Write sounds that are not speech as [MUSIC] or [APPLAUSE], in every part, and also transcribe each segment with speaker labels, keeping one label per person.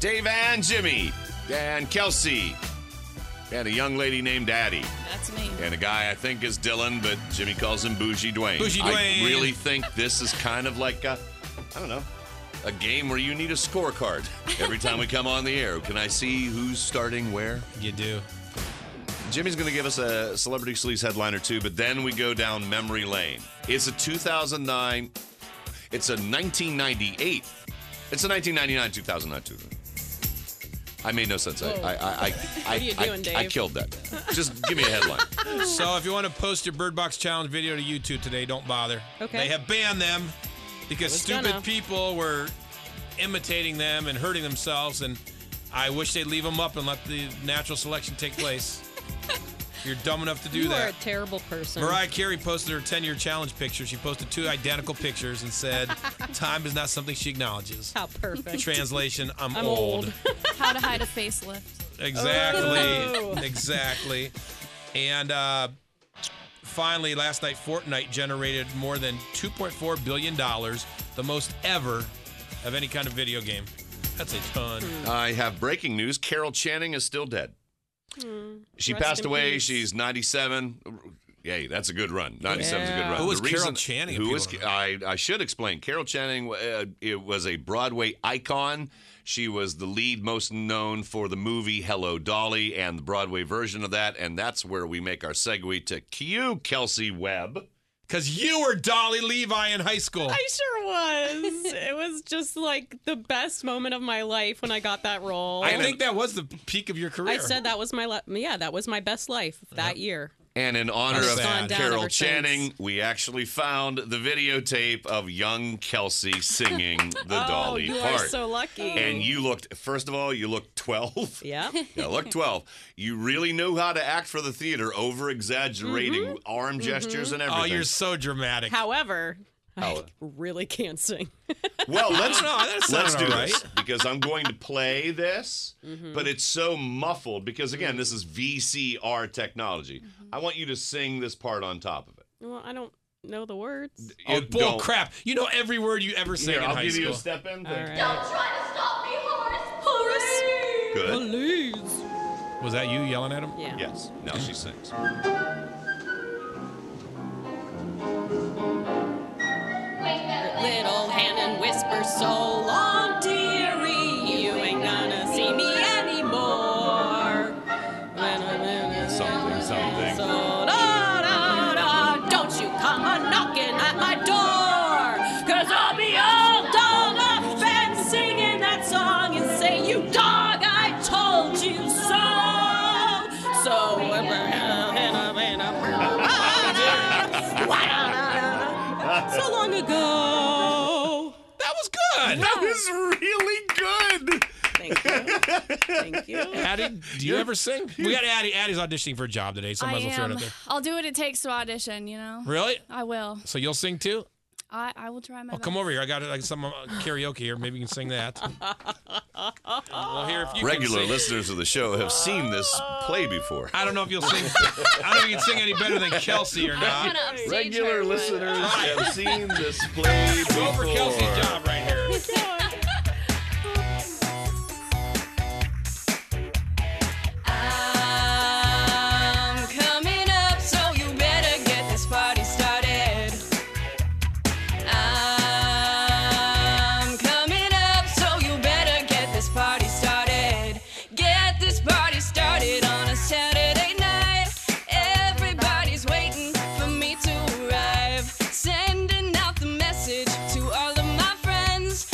Speaker 1: Dave and Jimmy and Kelsey and a young lady named Addie
Speaker 2: That's me.
Speaker 1: and a guy I think is Dylan, but Jimmy calls him Bougie Dwayne.
Speaker 3: Bougie
Speaker 1: I
Speaker 3: Dwayne.
Speaker 1: really think this is kind of like a, I don't know, a game where you need a
Speaker 2: [LAUGHS]
Speaker 1: scorecard every time we come on the air. Can I see who's starting where?
Speaker 3: You do.
Speaker 1: Jimmy's going to give us a celebrity sleaze headline or two, but then we go down memory lane. It's a 2009. It's a 1998. It's a 1999 2009 two. I made no sense. I, I, I,
Speaker 2: [LAUGHS]
Speaker 1: I,
Speaker 2: are you
Speaker 1: I-
Speaker 2: doing,
Speaker 1: I
Speaker 2: Dave?
Speaker 1: killed that. Just give me a headline.
Speaker 2: [LAUGHS]
Speaker 3: So if you want to post your Bird Box Challenge video to YouTube today, don't bother.
Speaker 2: Okay.
Speaker 3: They have banned them because
Speaker 2: was
Speaker 3: stupid
Speaker 2: gonna.
Speaker 3: people were imitating them and hurting themselves. And I wish they'd leave them up and let the natural selection take
Speaker 2: [LAUGHS]
Speaker 3: place. You're dumb enough to do
Speaker 2: you are a
Speaker 3: that.
Speaker 2: terrible person.
Speaker 3: Mariah Carey posted her 10 year challenge picture. She posted two identical pictures and
Speaker 2: [LAUGHS]
Speaker 3: said, Time is not something she acknowledges.
Speaker 2: How [LAUGHS] perfect.
Speaker 3: Translation I'm,
Speaker 2: I'm old.
Speaker 4: How to hide a facelift.
Speaker 3: Exactly.
Speaker 2: Oh.
Speaker 3: Exactly. And uh, finally, last night, Fortnite generated more than $2.4 billion, the most ever of any kind of video game. That's a ton.
Speaker 1: I have breaking news. Carol Channing is still dead. She
Speaker 2: Hmm. Rest
Speaker 1: passed
Speaker 2: in
Speaker 1: away.
Speaker 2: peace.
Speaker 1: She's 97. Yay, that's a good run. 97 is a good
Speaker 2: Yeah.
Speaker 1: run.
Speaker 3: Who was
Speaker 1: The
Speaker 3: Carol Channing, if
Speaker 1: Who
Speaker 3: you
Speaker 1: was?
Speaker 3: don't know?
Speaker 1: I, I should explain. Carol Channing. Uh, it was a Broadway icon. She was the lead, most known for the movie Hello Dolly and the Broadway version of that. And that's where we make our segue to Q Kelsey Webb.
Speaker 3: Because you were Dolly Levi in high school.
Speaker 2: I sure was. it was just like the best moment of my life when I got that role.
Speaker 3: I think that was the peak of your career.
Speaker 2: I said that was my le- yeah, that was my best life that year.
Speaker 1: And in honor
Speaker 3: That's
Speaker 1: of
Speaker 3: sad.
Speaker 1: Carol
Speaker 2: Ever since.
Speaker 1: Channing, we actually found the videotape of young Kelsey singing the Dolly
Speaker 2: Oh, you
Speaker 1: part.
Speaker 2: are so lucky.
Speaker 1: And you looked, first of all, you looked 12.
Speaker 2: yeah.
Speaker 1: [LAUGHS] Yeah, look 12. You really knew how to act for the theater, over exaggerating arm gestures and
Speaker 3: Oh,
Speaker 1: everything.
Speaker 3: you're so dramatic.
Speaker 2: However, [LAUGHS]
Speaker 1: How-
Speaker 2: really can't sing.
Speaker 1: well, let's,
Speaker 3: No, that's
Speaker 1: let's
Speaker 3: not
Speaker 1: do
Speaker 3: all
Speaker 1: this
Speaker 3: right.
Speaker 1: because I'm going to play this, but it's so muffled because, again, this is VCR technology. I want you to sing this part on top of it.
Speaker 2: Well, I don't know the words.
Speaker 3: Oh,
Speaker 1: You
Speaker 3: bull
Speaker 1: don't-
Speaker 3: crap. You know every word you ever sang
Speaker 1: Here,
Speaker 3: in
Speaker 1: I'll
Speaker 3: high
Speaker 1: give
Speaker 3: school.
Speaker 1: you a step in.
Speaker 2: All
Speaker 1: thing.
Speaker 2: right.
Speaker 1: Good.
Speaker 2: Please.
Speaker 3: Was that you yelling at him?
Speaker 2: Yeah.
Speaker 1: Yes. Now she sings.
Speaker 2: Little hand and whisper so long, dearie, you ain't gonna see me anymore.
Speaker 1: Something, something.
Speaker 2: So, da, da, da, don't you come a knocking at my door, cause I'll be all dog up and singing that song and say, You dog, I told you so. So, so long ago.
Speaker 3: That was good.
Speaker 1: That was really good.
Speaker 2: Thank you. Thank you.
Speaker 3: Addie, do you ever sing? We got Addie. Addie's auditioning for a job today, so I might
Speaker 4: I
Speaker 3: as well throw it
Speaker 4: am.
Speaker 3: up there.
Speaker 4: I'll do what it takes to audition. You know.
Speaker 3: Really?
Speaker 4: I will.
Speaker 3: So you'll sing too?
Speaker 4: I I will try my.
Speaker 3: Oh, come over here. I got like, some uh, karaoke here. Maybe you can sing that. well, here if you
Speaker 1: Regular
Speaker 3: can sing-
Speaker 1: listeners of the show have seen this play before.
Speaker 3: I don't know if you'll sing. I don't know if you can sing any better than Kelsey or
Speaker 4: I'm
Speaker 3: not.
Speaker 4: gonna upstage
Speaker 1: Regular
Speaker 4: her, but-
Speaker 1: listeners have seen this play
Speaker 3: Go for
Speaker 1: before.
Speaker 3: Kelsey's job right here.
Speaker 2: I'm coming up, so you better get this party started. I'm coming up, so you better get this party started. Get this party started on a Saturday night. Everybody's waiting for me to arrive. Sending out the message to all of my friends.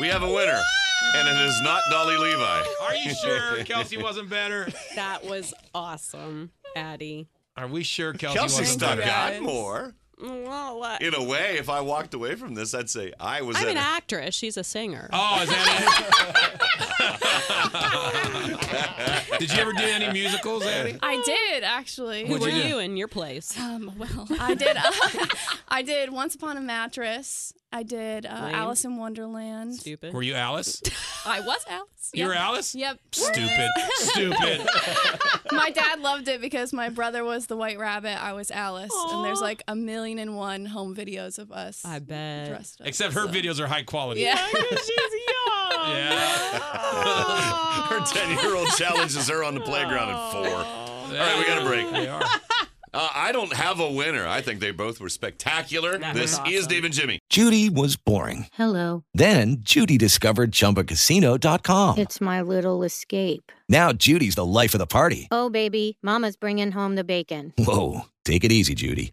Speaker 1: We have a winner, and it is not Dolly Levi.
Speaker 3: Are you
Speaker 1: [LAUGHS]
Speaker 3: sure Kelsey wasn't better?
Speaker 5: That was awesome, Addie.
Speaker 3: Are we sure Kelsey
Speaker 1: Kelsey
Speaker 3: wasn't
Speaker 1: stuck
Speaker 3: better?
Speaker 1: out more.
Speaker 5: Well, what?
Speaker 1: In a way, if I walked away from this, I'd say I was.
Speaker 5: I'm
Speaker 1: at
Speaker 5: an
Speaker 1: a-
Speaker 5: actress. She's a singer.
Speaker 3: Oh, is that it? [LAUGHS] Did you ever do any musicals, Addie?
Speaker 4: I did actually.
Speaker 5: Who were
Speaker 3: you do?
Speaker 5: you in your place?
Speaker 4: Um,
Speaker 5: [LAUGHS]
Speaker 4: well, I did. [LAUGHS] I did Once Upon a Mattress. I did uh,
Speaker 5: Lame.
Speaker 4: Alice in Wonderland.
Speaker 5: Stupid.
Speaker 3: Were you Alice?
Speaker 4: [LAUGHS] I was Alice.
Speaker 3: You were
Speaker 4: Yep.
Speaker 3: Alice?
Speaker 4: Yep. [LAUGHS]
Speaker 3: Stupid. [LAUGHS] Stupid.
Speaker 4: My dad loved it because my brother was the White Rabbit. I was Alice, and there's like a million and one home videos of us. [LAUGHS]
Speaker 5: I bet.
Speaker 4: dressed up,
Speaker 3: Except her
Speaker 4: so.
Speaker 3: videos are high
Speaker 5: [LAUGHS]
Speaker 3: quality.
Speaker 4: Yeah.
Speaker 5: She's young.
Speaker 4: [LAUGHS]
Speaker 3: Yeah.
Speaker 1: Her 10 year
Speaker 5: [LAUGHS]
Speaker 1: old challenges her on the playground at four.
Speaker 3: All
Speaker 1: right, we got a break.
Speaker 3: They are.
Speaker 1: Uh, I don't have a winner. I think they both were spectacular.
Speaker 5: That
Speaker 1: this
Speaker 5: was
Speaker 1: is
Speaker 5: awesome.
Speaker 1: Dave and Jimmy.
Speaker 6: Judy was boring.
Speaker 2: Hello,
Speaker 6: Then Judy discovered ChumbaCasino.com.
Speaker 2: it's my little escape.
Speaker 6: Now Judy's the life of the party.
Speaker 2: Oh, baby, Mama's bringing home the bacon.
Speaker 6: Whoa, take it easy, Judy.